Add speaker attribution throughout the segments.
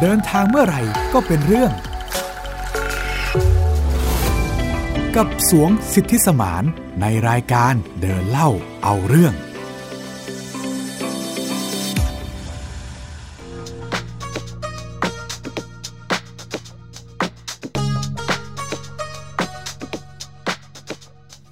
Speaker 1: เดินทางเมื่อไหร่ก็เป็นเรื่อง กับสวงสิทธิสมานในรายการเดินเล่าเอาเรื่อง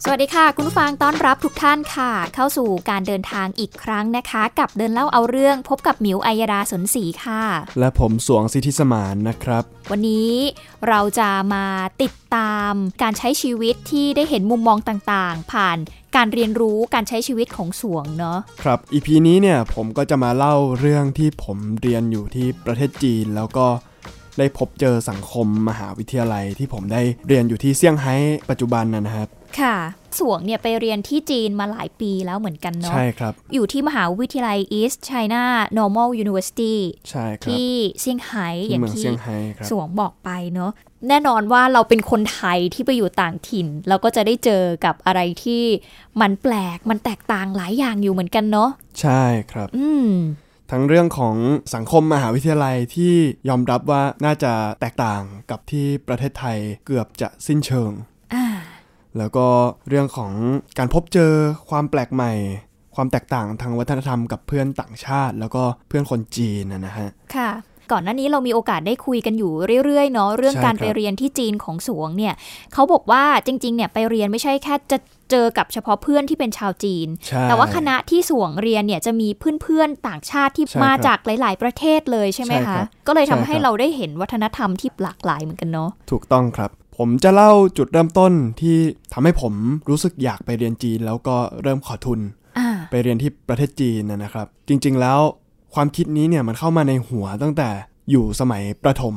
Speaker 2: สวัสดีค่ะ คุณผู้ฟังต้อนรับทุกท่านค่ะ เข้าสู่การเดินทางอีกครั้งนะคะ กับเดินเล่าเอาเรื่องพบกับหมิวอัยดาสนศรีค่ะ
Speaker 3: และผมสวงสิทธิสมานนะครับ
Speaker 2: วันนี้เราจะมาติดตามการใช้ชีวิตที่ได้เห็นมุมมองต่างๆ ผ่านการเรียนรู้การใช้ชีวิตของสวงเนาะ
Speaker 3: ครับอีพีนี้เนี่ยผมก็จะมาเล่าเรื่องที่ผมเรียนอยู่ที่ประเทศจีน แล้วก็ได้พบเจอสังคมมหาวิทยาลัยที่ผมได้เรียนอยู่ที่เซี่ยงไฮ้ปัจจุบันนะนะครับ
Speaker 2: ค่ะ สวงเนี่ยไปเรียนที่จีนมาหลายปีแล้วเหมือนกันเนาะ
Speaker 3: ใช่ครับ
Speaker 2: อยู่ที่มหาวิทยาลัย East China Normal University
Speaker 3: ใช่ครับ
Speaker 2: ที่เซี่ยงไฮ้อ
Speaker 3: ที่
Speaker 2: ย่าง
Speaker 3: เมือง
Speaker 2: ที่
Speaker 3: เซี่ยงไฮ้ครับ
Speaker 2: สวงบอกไปเนอะแน่นอนว่าเราเป็นคนไทยที่ไปอยู่ต่างถิ่น เราก็จะได้เจอกับอะไรที่มันแปลกมันแตกต่างหลายอย่างอยู่เหมือนกันเนาะ
Speaker 3: ใช่ครับ
Speaker 2: อืม
Speaker 3: ทั้งเรื่องของสังคมมหาวิทยาลัยที่ยอมรับว่าน่าจะแตกต่างกับที่ประเทศไทยเกือบจะสิ้นเชิง
Speaker 2: อ่า
Speaker 3: แล้วก็เรื่องของการพบเจอความแปลกใหม่ ความแตกต่างทางวัฒนธรรมกับเพื่อนต่างชาติ แล้วก็เพื่อนคนจีนนะนะฮะ
Speaker 2: ค่ะ ก่อนหน้านี้เรามีโอกาสได้คุยกันอยู่เรื่อยๆเนาะเรื่อง
Speaker 3: ใช่
Speaker 2: การ
Speaker 3: ครับ
Speaker 2: ไปเรียนที่จีนของสวงเนี่ยเขาบอกว่าจริงๆเนี่ยไปเรียนไม่ใช่แค่จะเจอกับเฉพาะเพื่อนที่เป็นชาวจีน
Speaker 3: ใช่
Speaker 2: แต่ว่าคณะที่สวงเรียนเนี่ยจะมีเพื่อนๆต่างชาติที่
Speaker 3: ใช่ครับ
Speaker 2: มาจากหลาย ๆ ประเทศเลยใช่ไหม
Speaker 3: ใช่ค
Speaker 2: คะ
Speaker 3: รับ
Speaker 2: ก็เลยทำ
Speaker 3: ใช่
Speaker 2: ให้
Speaker 3: ครับ
Speaker 2: เราได้เห็นวัฒนธรรมที่หลากหลายเหมือนกันเนาะ
Speaker 3: ถูกต้องครับ ผมจะเล่าจุดเริ่มต้นที่ทำให้ผมรู้สึกอยากไปเรียนจีน แล้วก็เริ่มขอทุน
Speaker 2: อ่า
Speaker 3: ไปเรียนที่ประเทศจีนนะนะครับ จริงๆแล้วความคิดนี้เนี่ยมันเข้ามาในหัวตั้งแต่อยู่สมัยประถม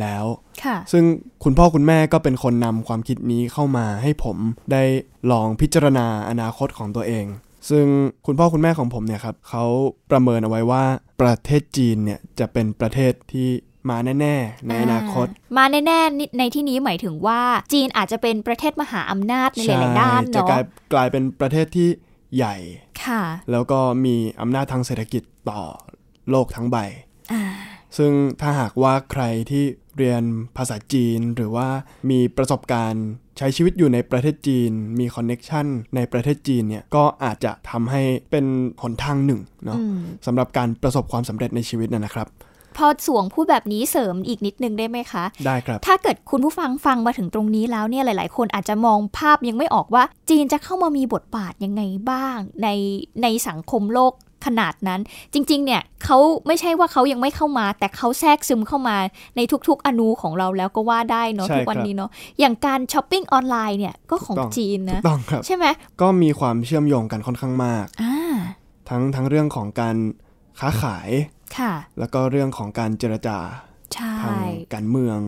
Speaker 3: แล้ว
Speaker 2: ค่ะ
Speaker 3: ซึ่งคุณพ่อคุณแม่ก็เป็นคนนำความคิดนี้เข้ามาให้ผมได้ลองพิจารณาอนาคตของตัวเอง ซึ่งคุณพ่อคุณแม่ของผมเนี่ยครับเขาประเมินเอาไว้ว่าประเทศจีนเนี่ยจะเป็นประเทศที่มาแน่ๆ ในอนาคต
Speaker 2: มาแน่ๆนี่ในที่นี้หมายถึงว่าจีนอาจจะเป็นประเทศมหาอำนาจในหลายๆด้าน
Speaker 3: จะ
Speaker 2: เนาะ
Speaker 3: กลายกลายเป็นประเทศที่ใหญ่
Speaker 2: ค่ะ
Speaker 3: แล้วก็มีอำนาจทางเศรษฐกิจต่อโลกทั้งใบ
Speaker 2: อ่า
Speaker 3: ซึ่งถ้าหากว่าใครที่เรียนภาษาจีน หรือว่ามีประสบการณ์ใช้ชีวิตอยู่ในประเทศจีน มีคอนเน็กชันในประเทศจีนเนี่ยก็อาจจะทำให้เป็นหนทางหนึ่งเนาะ
Speaker 2: อืม
Speaker 3: สำหรับการประสบความสำเร็จในชีวิตนะนะครับ
Speaker 2: พอสวงพูดแบบนี้เสริมอีกนิดนึงได้ไหมคะ
Speaker 3: ได้ครับ
Speaker 2: ถ้าเกิดคุณผู้ฟังฟังมาถึงตรงนี้แล้วเนี่ยหลาย ๆ คนอาจจะมองภาพยังไม่ออกว่า จีนจะเข้ามามีบทบาทยังไงบ้าง ในในสังคมโลกขนาดนั้น จริง ๆ เนี่ยเขาไม่ใช่ว่าเขายังไม่เข้ามา แต่เขาแทรกซึมเข้ามาในทุก ๆ อนูของเราแล้วก็ว่าได้เนาะ
Speaker 3: ใช่
Speaker 2: ทุกวัน
Speaker 3: ครับ
Speaker 2: นี้เนาะอย่างการช้อปปิ้งออนไลน์เนี่ยก็ของ
Speaker 3: ถูกต้อง
Speaker 2: จีน
Speaker 3: ถู
Speaker 2: นะ
Speaker 3: กต้องครับ
Speaker 2: ใช่ไหม
Speaker 3: ก็มีความเชื่อมโยงกันค่อนข้างมาก
Speaker 2: อ่า
Speaker 3: ทั้งทั้งเรื่องของการค้าขาย
Speaker 2: ค่ะ
Speaker 3: แล้วก็เรื่องของการเจรจา
Speaker 2: ใช่
Speaker 3: ทางการเมือง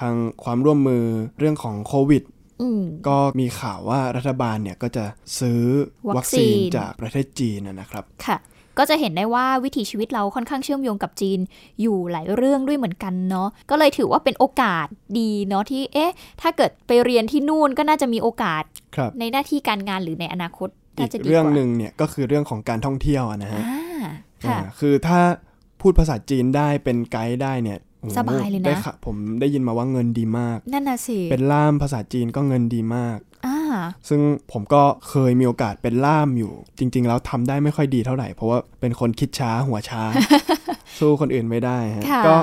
Speaker 3: ทางความร่วมมือเรื่องของโควิด
Speaker 2: อืม
Speaker 3: ก็มีข่าวว่ารัฐบาลเนี่ยก็จะซื้อ
Speaker 2: วั
Speaker 3: วั
Speaker 2: ค
Speaker 3: ค
Speaker 2: ซี
Speaker 3: ซี
Speaker 2: น
Speaker 3: นจากประเทศจีนนะนะครับ
Speaker 2: ค่ะ ก็จะเห็นได้ว่าวิถีชีวิตเราค่อนข้างเชื่อมโยงกับจีนอยู่หลายเรื่องด้วยเหมือนกันเนาะ ก็เลยถือว่าเป็นโอกาสดีเนาะที่ เอ๊ะ ถ้าเกิดไปเรียนที่นู่นก็น่าจะมีโอกาส
Speaker 3: ครับ
Speaker 2: ในหน้าที่การงานหรือในอนาคต
Speaker 3: อี
Speaker 2: น่าก จะดีกว่า
Speaker 3: เรื่องหนึ่งเนี่ยก็คือเรื่องของการท่องเที่ยวอะนะฮะ
Speaker 2: อ่า
Speaker 3: อ่า
Speaker 2: ค่ะ
Speaker 3: คือถ้าพูดภาษาจีนได้เป็นไกด์ได้เนี่ยโอ้โห
Speaker 2: สบายเลยนะ
Speaker 3: ได้ค่ผมได้ยินมาว่าเงินดีมาก
Speaker 2: นั่นน่ะสิ
Speaker 3: เป็นล่ามภาษาจีนก็เงินดีมาก
Speaker 2: อ่า
Speaker 3: ซึ่งผมก็เคยมีโอกาสเป็นล่ามอยู่ จริง ๆ แล้วทำได้ไม่ค่อยดีเท่าไหร่ เพราะว่าเป็นคนคิดช้าหัว ช้า สู้คนอื่นไม่ได้ฮะ
Speaker 2: ค่ะ
Speaker 3: ก็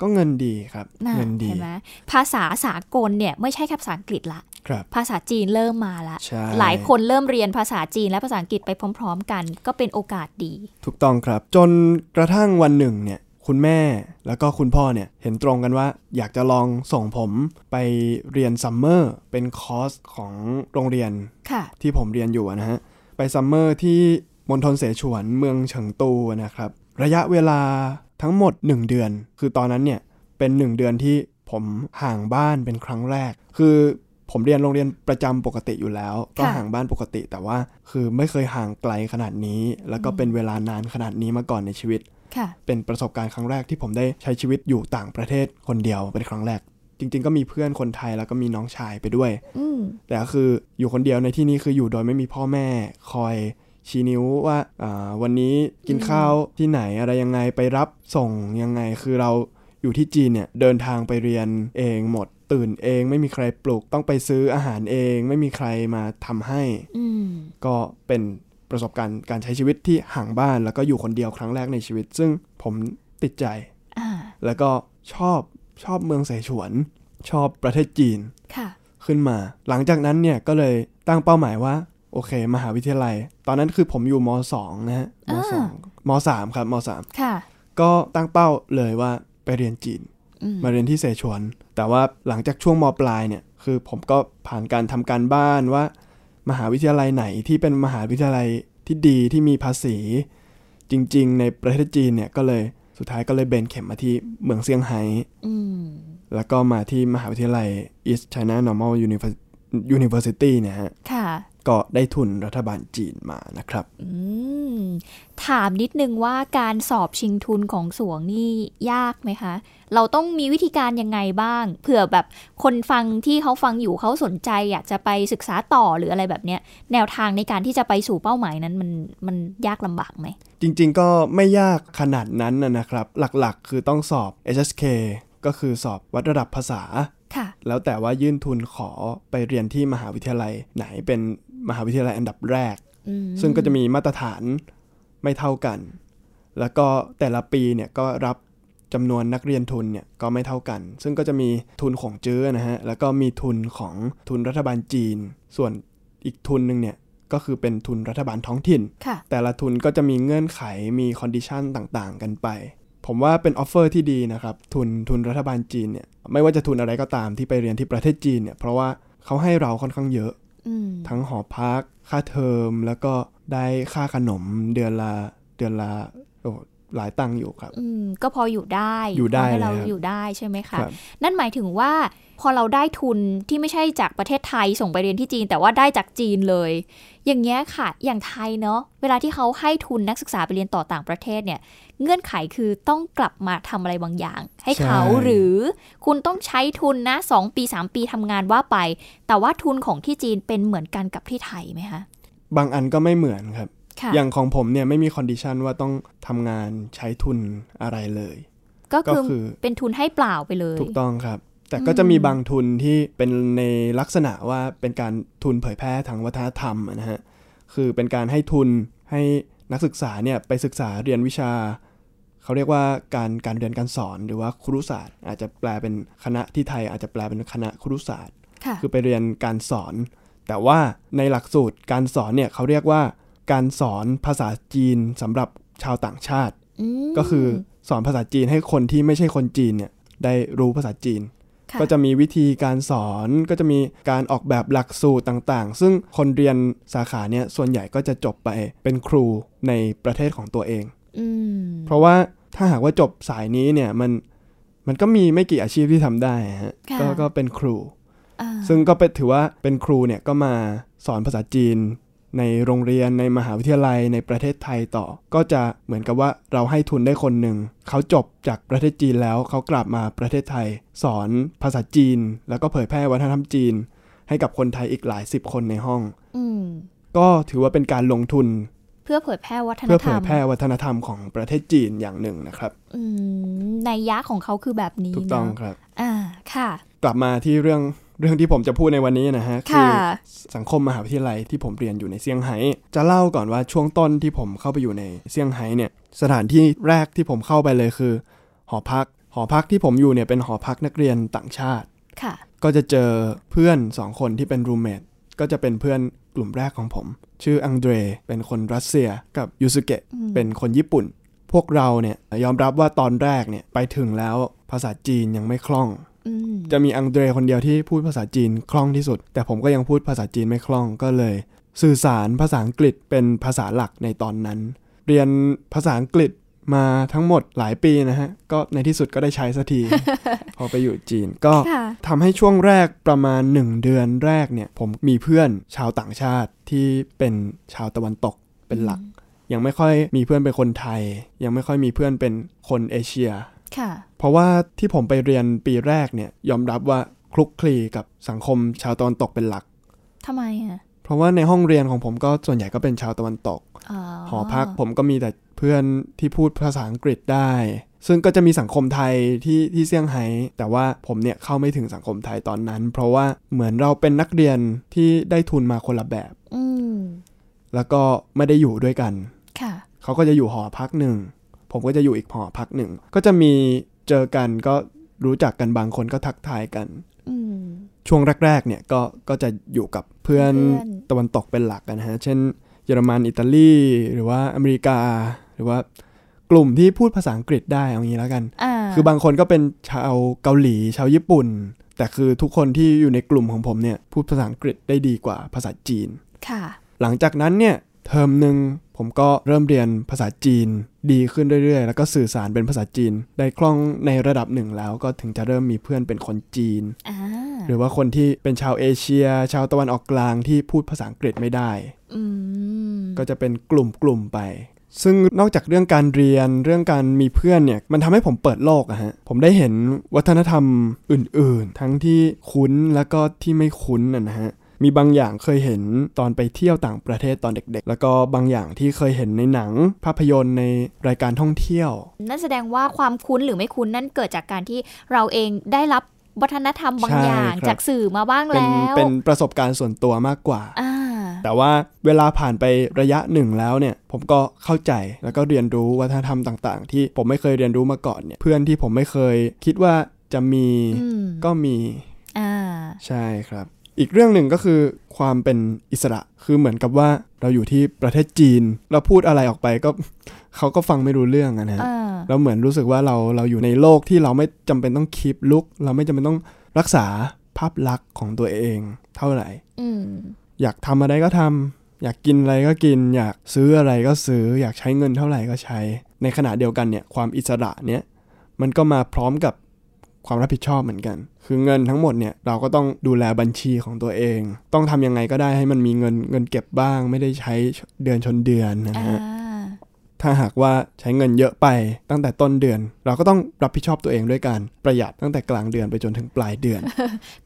Speaker 3: ก็เงินดีครับ
Speaker 2: น่ะ
Speaker 3: เงินดี
Speaker 2: เห็นไหมภาษาสากลเนี่ยไม่ใช่แค่ภาษาอังกฤษละ
Speaker 3: ครับ
Speaker 2: ภาษาจีนเริ่มมาละ
Speaker 3: ใช่
Speaker 2: หลายคนเริ่มเรียนภาษาจีนและภาษาอังกฤษไปพร้อม ๆ กัน ก็เป็นโอกาสดี
Speaker 3: ถูกต้องครับ จนกระทั่งวันหนึ่งเนี่ย คุณแม่แล้วก็คุณพ่อเนี่ยเห็นตรงกันว่า อยากจะลองส่งผมไปเรียนซัมเมอร์เป็นคอร์สของโรงเรียน
Speaker 2: ค่ะ
Speaker 3: ที่ผมเรียนอยู่อะนะฮะ ไปซัมเมอร์ที่มณฑลเสฉวนเมืองเฉิงตูนะครับ ระยะเวลาทั้งหมด 1 เดือน คือตอนนั้นเนี่ย เป็น 1 เดือนที่ผมห่างบ้านเป็นครั้งแรก คือผมเรียนโรงเรียนประจำปกติอยู่แล้ว ก็
Speaker 2: ค่ะ
Speaker 3: ห่างบ้านปกติ แต่ว่าคือไม่เคยห่างไกลขนาดนี้ แล้วก็เป็นเวลานานขนาดนี้มาก่อนในชีวิต
Speaker 2: ค่ะ
Speaker 3: เป็นประสบการณ์ครั้งแรกที่ผมได้ใช้ชีวิตอยู่ต่างประเทศคนเดียวเป็นครั้งแรก จริง ๆ ก็มีเพื่อนคนไทยแล้วก็มีน้องชายไปด้วย
Speaker 2: อืม
Speaker 3: แต่คืออยู่คนเดียวในที่นี้คืออยู่โดยไม่มีพ่อแม่คอยชี้นิ้วว่าอ่าวันนี้กินข้าวที่ไหนอะไรยังไงไปรับส่งยังไงคือเรา อยู่ที่จีนเนี่ยเดินทางไปเรียนเองหมด ตื่นเองไม่มีใครปลุกต้องไปซื้ออาหารเอง ไม่มีใครมาทำให้
Speaker 2: อืม
Speaker 3: ก็เป็นประสบการณ์การใช้ชีวิตที่ห่างบ้าน แล้วก็อยู่คนเดียวครั้งแรกในชีวิต ซึ่งผมติดใจ
Speaker 2: อ่า
Speaker 3: แล้วก็ชอบชอบเมืองเสฉวน ชอบประเทศจีน
Speaker 2: ค่ะ
Speaker 3: ขึ้นมา หลังจากนั้นเนี่ยก็เลยตั้งเป้าหมายว่า โอเค มหาวิทยาลัย ตอนนั้นคือผมอยู่ม .2 นะฮะม
Speaker 2: อ่า
Speaker 3: .2 ม .3 ครับม
Speaker 2: ค่ะ
Speaker 3: .3 ก็ตั้งเป้าเลยว่าไปเรียนจีน
Speaker 2: อืม
Speaker 3: มาเรียนที่เสฉวน แต่ว่าหลังจากช่วงมปลายเนี่ย คือผมก็ผ่านการทำการบ้านว่า มหาวิทยาลัยไหนที่เป็นมหาวิทยาลัยที่ดีที่มีภาษี จริง ๆ ในประเทศจีนเนี่ยก็เลยสุดท้ายก็เลยเบนเข็มมาที่เมืองเซี่ยงไฮ้
Speaker 2: อืม
Speaker 3: แล้วก็มาที่มหาวิทยาลัย East China Normal Univers- University เนี่ยฮะ
Speaker 2: ค่ะ
Speaker 3: ก็ได้ทุนรัฐบาลจีนมานะครับ
Speaker 2: อืม ถามนิดนึงว่าการสอบชิงทุนของสวงนี่ยากไหมคะ เราต้องมีวิธีการยังไงบ้าง เผื่อแบบคนฟังที่เขาฟังอยู่เขาสนใจอยากจะไปศึกษาต่อหรืออะไรแบบเนี้ย แนวทางในการที่จะไปสู่เป้าหมายนั้นมันมันยากลำบากไหม
Speaker 3: จริงๆ ก็ไม่ยากขนาดนั้นนะนะครับ หลักๆ คือต้องสอบ HSK ก็คือสอบวัดระดับภาษา
Speaker 2: ค่ะ
Speaker 3: แล้วแต่ว่ายื่นทุนขอไปเรียนที่มหาวิทยาลัยไหนเป็นมหาวิทยาลัยอันดับแรก
Speaker 2: อืม
Speaker 3: ซึ่งก็จะมีมาตรฐานไม่เท่ากัน แล้วก็แต่ละปีเนี่ยก็รับจำนวนนักเรียนทุนเนี่ยก็ไม่เท่ากัน ซึ่งก็จะมีทุนของเจื้อนะฮะ แล้วก็มีทุนของทุนรัฐบาลจีน ส่วนอีกทุนหนึ่งเนี่ยก็คือเป็นทุนรัฐบาลท้องถิ่น
Speaker 2: ค่ะ
Speaker 3: แต่ละทุนก็จะมีเงื่อนไขมีคอนดิชันต่างๆ กันไป ผมว่าเป็นออฟเฟอร์ที่ดีนะครับ ทุนทุนรัฐบาลจีนเนี่ยไม่ว่าจะทุนอะไรก็ตามที่ไปเรียนที่ประเทศจีนเนี่ยเพราะว่าเขาให้เราค่อนข้างเยอะ
Speaker 2: อืม
Speaker 3: ทั้งหอพัก ค่าเทอม แล้วก็ได้ค่าขนมเดือนละเดือนละโอ้หลายตังค์อยู่ครับ
Speaker 2: อืม ก็พออยู่ได้
Speaker 3: อยู่
Speaker 2: พ
Speaker 3: ได้
Speaker 2: ให้เรา
Speaker 3: เลยครับ
Speaker 2: อยู่ได้ใช่ไหมคะ
Speaker 3: ครับ
Speaker 2: นั่นหมายถึงว่า พอเราได้ทุนที่ไม่ใช่จากประเทศไทยส่งไปเรียนที่จีน แต่ว่าได้จากจีนเลย อย่างเงี้ยค่ะ อย่างไทยเนาะเวลาที่เขาให้ทุนนักศึกษาไปเรียนต่อต่างประเทศเนี่ย เงื่อนไขคือต้องกลับมาทำอะไรบางอย่าง ให้เขา
Speaker 3: ใช่
Speaker 2: หรือคุณต้องใช้ทุนนะสองปีสามปีทำงานว่าไป แต่ว่าทุนของที่จีนเป็นเหมือนกันกับที่ไทยไหมคะ
Speaker 3: บางอันก็ไม่เหมือนครับ
Speaker 2: ค่ะ
Speaker 3: อย่างของผมเนี่ยไม่มีคอนดิชันว่าต้องทำงานใช้ทุนอะไรเลย
Speaker 2: ก็
Speaker 3: ก็
Speaker 2: คือ
Speaker 3: คือ
Speaker 2: เป็นทุนให้เปล่าไปเลย
Speaker 3: ถูกต้องครับ แต่
Speaker 2: อืม
Speaker 3: ก็จะมีบางทุนที่เป็นในลักษณะว่าเป็นการทุนเผยแพร่ทางวัฒนธรรมอะนะฮะ คือเป็นการให้ทุนให้นักศึกษาเนี่ยไปศึกษาเรียนวิชา เขาเรียกว่าการการเรียนการสอนหรือว่าครุศาสตร์ อาจจะแปลเป็นคณะที่ไทย อาจจะแปลเป็นคณะครุศาสตร์
Speaker 2: ค่ะ
Speaker 3: คือไปเรียนการสอน แต่ว่าในหลักสูตรการสอนเนี่ยเขาเรียกว่าการสอนภาษาจีนสำหรับชาวต่างชาติ
Speaker 2: ม
Speaker 3: ก็คือสอนภาษาจีนให้คนที่ไม่ใช่คนจีนเนี่ยได้รู้ภาษาจีน
Speaker 2: ค่
Speaker 3: ก็จะมีวิธีการสอนก็จะมีการออกแบบหลักสูตรต่างๆ ซึ่งคนเรียนสาขาเนี่ยส่วนใหญ่ก็จะจบไปเป็นครูในประเทศของตัวเอง
Speaker 2: อืม
Speaker 3: เพราะว่าถ้าหากว่าจบสายนี้เนี่ยมันมันก็มีไม่กี่อาชีพที่ทำได้ฮะ
Speaker 2: ค่ะ
Speaker 3: ก็ก็เป็นครู
Speaker 2: อ่า
Speaker 3: ซึ่งก็เป็นถือว่าเป็นครูเนี่ยก็มาสอนภาษาจีน ในโรงเรียนในมหาวิทยาลัยในประเทศไทยต่อ ก็จะเหมือนกับว่าเราให้ทุนได้คนหนึ่ง เขาจบจากประเทศจีนแล้วเขากลับมาประเทศไทย สอนภาษาจีน แล้วก็เผยแพร่วัฒนธรรมจีน ให้กับคนไทยอีกหลายสิบคนในห้อง
Speaker 2: อืม
Speaker 3: ก็ถือว่าเป็นการลงทุน
Speaker 2: เพื่อเผยแพร่วัฒน
Speaker 3: เพื่อ
Speaker 2: ธ
Speaker 3: เผ
Speaker 2: รร
Speaker 3: ย
Speaker 2: ม
Speaker 3: แพร่วัฒนธรรมของประเทศจีนอย่างหนึ่งนะครับ
Speaker 2: อืมในยยะของเขาคือแบบนี้
Speaker 3: ถูกต้อง
Speaker 2: เนะครับ อ่าค่ะ
Speaker 3: กลับมาที่เรื่องเรื่องที่ผมจะพูดในวันนี้นะฮะคื
Speaker 2: ค่ะ
Speaker 3: อ สังคมมหาวิทยาลัยที่ผมเรียนอยู่ในเซี่ยงไฮ้จะเล่าก่อนว่าช่วงต้นที่ผมเข้าไปอยู่ในเซี่ยงไฮ้เนี่ยสถานที่แรกที่ผมเข้าไปเลยคือ หอพัก หอพักที่ผมอยู่เนี่ยเป็นหอพักนักเรียนต่างชาติ
Speaker 2: ค่ะ
Speaker 3: ก็จะเจอเพื่อนสองคนที่เป็นรูเมทก็จะเป็นเพื่อนกลุ่มแรกของผม ชื่ออังเดรเป็นคนรัสเซียกับยูสุเกะ
Speaker 2: อืม
Speaker 3: เป็นคนญี่ปุ่น พวกเราเนี่ยยอมรับว่าตอนแรกเนี่ยไปถึงแล้วภาษาจีนยังไม่คล่อง
Speaker 2: อืม
Speaker 3: จะมีอังเดรคนเดียวที่พูดภาษาจีนคล่องที่สุด แต่ผมก็ยังพูดภาษาจีนไม่คล่องก็เลย สื่อสารภาษาอังกฤษเป็นภาษาหลักในตอนนั้น เรียนภาษาอังกฤษมาทั้งหมดหลายปีนะฮะ ก็ในที่สุดก็ได้ใช้สักที พอไปอยู่จีนก็
Speaker 2: ค่ะ
Speaker 3: ทำให้ช่วงแรกประมาณ 1 เดือนแรกเนี่ยผมมีเพื่อนชาวต่างชาติที่เป็นชาวตะวันตกเป็นหลัก ยังไม่ค่อยมีเพื่อนเป็นคนไทย ยังไม่ค่อยมีเพื่อนเป็นคนเอเชีย
Speaker 2: ค่ะ
Speaker 3: เพราะว่าที่ผมไปเรียนปีแรกเนี่ยยอมรับว่าคลุกคลีกับสังคมชาวตะวันตกเป็นหลัก
Speaker 2: ทำไมอ่ะ
Speaker 3: เพราะว่าในห้องเรียนของผมก็ส่วนใหญ่ก็เป็นชาวตะวันตก
Speaker 2: อ๋อ
Speaker 3: หอพักผมก็มีแต่เพื่อนที่พูดภาษาอังกฤษได้ ซึ่งก็จะมีสังคมไทยที่ที่เซี่ยงไฮ้แต่ว่าผมเนี่ยเข้าไม่ถึงสังคมไทยตอนนั้น เพราะว่าเหมือนเราเป็นนักเรียนที่ได้ทุนมาคนละแบบ
Speaker 2: อืม
Speaker 3: แล้วก็ไม่ได้อยู่ด้วยกัน
Speaker 2: ค่ะ
Speaker 3: เขาก็จะอยู่หอพักหนึ่ง ผมก็จะอยู่อีกหอพักหนึ่ง ก็จะมีเจอกันก็รู้จักกันบางคนก็ทักทายกัน
Speaker 2: อืม
Speaker 3: ช่วงแรกๆเนี่ยก็ก็จะอยู่กับเพื่อน
Speaker 2: เพื่อน
Speaker 3: ตะวันตกเป็นหลักกันนะฮะ เช่น เยอรมันอิตาลี หรือว่าอเมริกา หรือว่ากลุ่มที่พูดภาษาอังกฤษได้เอางี้แล้วกัน
Speaker 2: อ่า
Speaker 3: คือบางคนก็เป็นชาวเกาหลี ชาวญี่ปุ่น แต่คือทุกคนที่อยู่ในกลุ่มของผมเนี่ยพูดภาษาอังกฤษได้ดีกว่าภาษาจีน
Speaker 2: ค่ะ
Speaker 3: หลังจากนั้นเนี่ยเทอมหนึ่งผมก็เริ่มเรียนภาษาจีน ดีขึ้นเรื่อยๆ แล้วก็สื่อสารเป็นภาษาจีน ได้คล่องในระดับหนึ่งแล้วก็ถึงจะเริ่มมีเพื่อนเป็นคนจีน
Speaker 2: อ่า
Speaker 3: หรือว่าคนที่เป็นชาวเอเชีย ชาวตะวันออกกลางที่พูดภาษาอังกฤษไม่ได้
Speaker 2: อืม
Speaker 3: ก็จะเป็นกลุ่มๆไป ซึ่งนอกจากเรื่องการเรียนเรื่องการมีเพื่อนเนี่ยมันทำให้ผมเปิดโลกอะฮะผมได้เห็นวัฒนธรรมอื่นๆ ทั้งที่คุ้นแล้วก็ที่ไม่คุ้นนะนะฮะมีบางอย่างเคยเห็นตอนไปเที่ยวต่างประเทศตอนเด็กๆ แล้วก็บางอย่างที่เคยเห็นในหนังภาพยนตร์ในรายการท่องเที่ยว
Speaker 2: นั่นแสดงว่าความคุ้นหรือไม่คุ้นนั่นเกิดจากการที่เราเองได้รับวัฒนธรรมบาง
Speaker 3: ใช่
Speaker 2: อย่าง
Speaker 3: ครับ
Speaker 2: จากสื่อมาบ้าง
Speaker 3: เป็น
Speaker 2: แล้ว
Speaker 3: เป็นประสบการณ์ส่วนตัวมากกว่า
Speaker 2: อ่า
Speaker 3: แต่ว่าเวลาผ่านไประยะหนึ่งแล้วเนี่ย ผมก็เข้าใจแล้วก็เรียนรู้วัฒนธรรมต่าง ๆ ที่ผมไม่เคยเรียนรู้มาก่อนเนี่ยเพื่อนที่ผมไม่เคยคิดว่าจะมี
Speaker 2: อืม
Speaker 3: ก็มี
Speaker 2: อ่า
Speaker 3: ใช่ครับ อีกเรื่องหนึ่งก็คือความเป็นอิสระคือเหมือนกับว่าเราอยู่ที่ประเทศจีน เราพูดอะไรออกไปก็ เขาก็ฟังไม่รู้เรื่องอะนะฮะ
Speaker 2: อ่า
Speaker 3: เราเหมือนรู้สึกว่าเราเราอยู่ในโลกที่เราไม่จำเป็นต้องคีปลุกเราไม่จำเป็นต้องรักษาภาพลักษณ์ของตัวเองเท่าไหร่
Speaker 2: อืม
Speaker 3: อยากทำอะไรก็ทำ อยากกินอะไรก็กิน อยากซื้ออะไรก็ซื้อ อยากใช้เงินเท่าไหร่ก็ใช้ ในขณะเดียวกันเนี่ยความอิสระเนี่ยมันก็มาพร้อมกับความรับผิดชอบเหมือนกัน คือเงินทั้งหมดเนี่ยเราก็ต้องดูแลบัญชีของตัวเอง ต้องทำยังไงก็ได้ให้มันมีเงินเงินเก็บบ้าง ไม่ได้ใช้เดือนชนเดือนนะ
Speaker 2: อ่า
Speaker 3: ฮะ ถ้าหากว่าใช้เงินเยอะไปตั้งแต่ต้นเดือน เราก็ต้องรับผิดชอบตัวเองด้วยการประหยัดตั้งแต่กลางเดือนไปจนถึงปลาย เดือน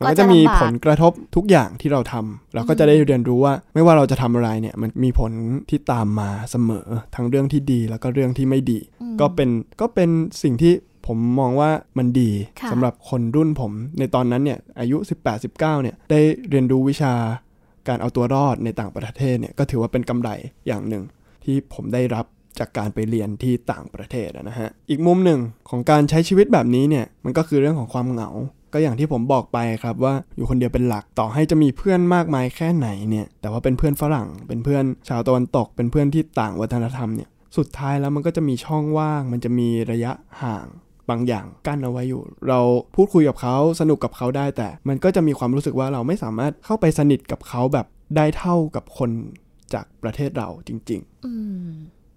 Speaker 3: มันก็จะมีผลกระทบทุกอย่างที่เราทำเราก็จะได้เรียนรู้ว่า ไม่ว่าเราจะทำอะไรเนี่ยมันมีผลที่ตามมาเสมอ ทั้งเรื่องที่ดีแล้วก็เรื่องที่ไม่ดี
Speaker 2: อืม
Speaker 3: ก็เป็นก็เป็นสิ่งที่ผมมองว่ามันดี
Speaker 2: ค่ะ
Speaker 3: สำหรับคนรุ่นผม ในตอนนั้นเนี่ยอายุ 18-19เนี่ยได้เรียนรู้วิชาการเอาตัวรอดในต่างประเทศเนี่ยก็ถือว่าเป็นกำไรอย่างหนึ่ง ที่ผมได้รับจากการไปเรียนที่ต่างประเทศอะนะฮะ อีกมุมหนึ่งของการใช้ชีวิตแบบนี้เนี่ย มันก็คือเรื่องของความเหงา ก็อย่างที่ผมบอกไปครับว่าอยู่คนเดียวเป็นหลักต่อให้จะมีเพื่อนมากมายแค่ไหนเนี่ย แต่ว่าเป็นเพื่อนฝรั่ง เป็นเพื่อนชาวตะวันตก เป็นเพื่อนที่ต่างวัฒนธรรมเนี่ย สุดท้ายแล้วมันก็จะมีช่องว่าง มันจะมีระยะห่างบางอย่างกั้นเอาไว้อยู่ เราพูดคุยกับเขาสนุกกับเขาได้แต่ มันก็จะมีความรู้สึกว่าเราไม่สามารถเข้าไปสนิทกับเขาแบบได้เท่ากับคนจากประเทศเราจริง ๆ
Speaker 2: อืม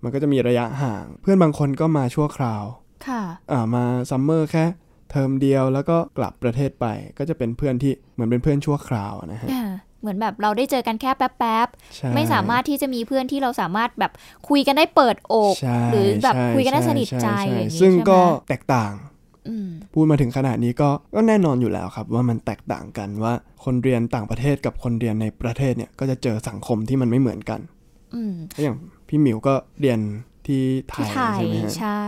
Speaker 3: มันก็จะมีระยะห่าง เพื่อนบางคนก็มาชั่วคราว
Speaker 2: ค่ะ
Speaker 3: อ่ามาซัมเมอร์แค่เทอมเดียวแล้วก็กลับประเทศไป ก็จะเป็นเพื่อนที่เหมือนเป็นเพื่อนชั่วคราวนะฮะ
Speaker 2: อ่า เหมือนแบบเราได้เจอกันแค่แป๊บ
Speaker 3: ใช่
Speaker 2: ๆ ไม่สามารถที่จะมีเพื่อนที่เราสามารถแบบคุยกันได้เปิดอก
Speaker 3: ใช่
Speaker 2: หรือแบบ
Speaker 3: ใช่
Speaker 2: คุยกันได้
Speaker 3: ช่
Speaker 2: สนิทใจ
Speaker 3: ช่
Speaker 2: อ
Speaker 3: ช่
Speaker 2: ย่างนี้
Speaker 3: ซึ่ง
Speaker 2: ใช่ไหม
Speaker 3: ก็แตกต่าง
Speaker 2: อืม
Speaker 3: พูดมาถึงขนาดนี้ก็ก็แน่นอนอยู่แล้วครับ ว่ามันแตกต่างกันว่าคนเรียนต่างประเทศกับคนเรียนในประเทศเนี่ยก็จะเจอสังคมที่มันไม่เหมือนกัน
Speaker 2: อืม
Speaker 3: อย่างพี่หมิวก็เรียนที่ไท
Speaker 2: ที่
Speaker 3: ย
Speaker 2: ไทย
Speaker 3: ใช่ไหมฮะ
Speaker 2: ใช่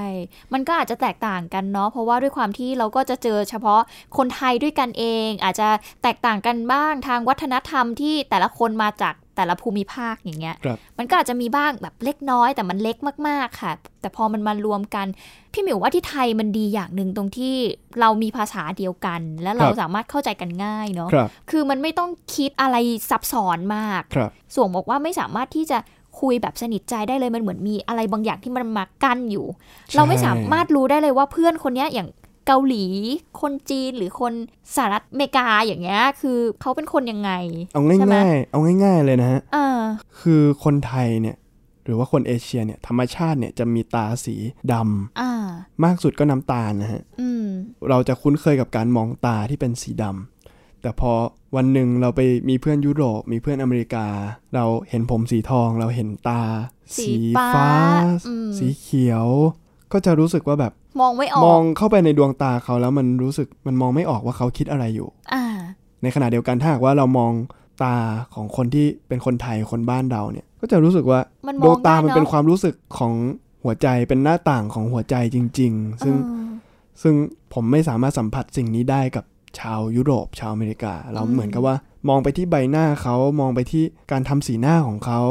Speaker 2: มันก็อาจจะแตกต่างกันเนาะ เพราะว่าด้วยความที่เราก็จะเจอเฉพาะคนไทยด้วยกันเอง อาจจะแตกต่างกันบ้างทางวัฒนธรรมที่แต่ละคนมาจากแต่ละภูมิภาคอย่างเงี้ย
Speaker 3: ครับ
Speaker 2: มันก็อาจจะมีบ้างแบบเล็กน้อยแต่มันเล็กมากๆค่ะ แต่พอมันมารวมกัน พี่หมิวว่าที่ไทยมันดีอย่างหนึ่งตรงที่เรามีภาษาเดียวกัน และเราสามารถเข้าใจกันง่ายเนาะ
Speaker 3: ครับ
Speaker 2: คือมันไม่ต้องคิดอะไรซับซ้อนมาก
Speaker 3: ครับ
Speaker 2: ส่วงบอกว่าไม่สามารถที่จะคุยแบบสนิทใจได้เลยมันเหมือนมีอะไรบางอย่างที่มันมากั้นอยู่
Speaker 3: ช่
Speaker 2: เราไม่สามารถรู้ได้เลยว่าเพื่อนคนเนี้ยอย่างเกาหลี คนจีนหรือคนสหรัฐอเมริกาอย่างเงี้ยคือเขาเป็นคนยังไง
Speaker 3: เอา
Speaker 2: ใช่ไหม
Speaker 3: ง่ายๆเอาง่าย ๆเลยนะฮะ
Speaker 2: อ่า
Speaker 3: คือคนไทยเนี่ยหรือว่าคนเอเชียเนี่ยธรรมชาติเนี่ยจะมีตาสีดำ
Speaker 2: อ่า
Speaker 3: มากสุดก็น้ำตาลนะฮะ
Speaker 2: อืม
Speaker 3: เราจะคุ้นเคยกับการมองตาที่เป็นสีดำแต่พอวันหนึ่งเราไปมีเพื่อนยุโรป มีเพื่อนอเมริกา เราเห็นผมสีทอง เราเห็นตา
Speaker 2: สี
Speaker 3: สี
Speaker 2: ฟ้า
Speaker 3: ฟ้า
Speaker 2: อืม
Speaker 3: สีเขียว ก็จะรู้สึกว่าแบบ
Speaker 2: มองไม่อ
Speaker 3: ม
Speaker 2: อ
Speaker 3: อก งเข้าไปในดวงตาเขาแล้วมันรู้สึกมันมองไม่ออกว่าเขาคิดอะไรอยู่
Speaker 2: อ่า
Speaker 3: ในขณะเดียวกันถ้าหากว่าเรามองตาของคนที่เป็นคนไทยคนบ้านเราเนี่ย ก็จะรู้สึกว่า
Speaker 2: มันมอ
Speaker 3: ดว
Speaker 2: ง
Speaker 3: งตา
Speaker 2: ได้
Speaker 3: มัน
Speaker 2: เนอะ
Speaker 3: เป็นความรู้สึกของ หัวใจเป็นหน้าต่างของหัวใจจริง ๆ ซึ่ง
Speaker 2: เออ
Speaker 3: ซึ่งผมไม่สามารถสัมผัสสิ่งนี้ได้กับชาวยุโรปชาวอเมริกา เรา
Speaker 2: อืม
Speaker 3: เหมือนกับว่า มองไปที่ใบหน้าเขามองไปที่การทำสีหน้าของเขา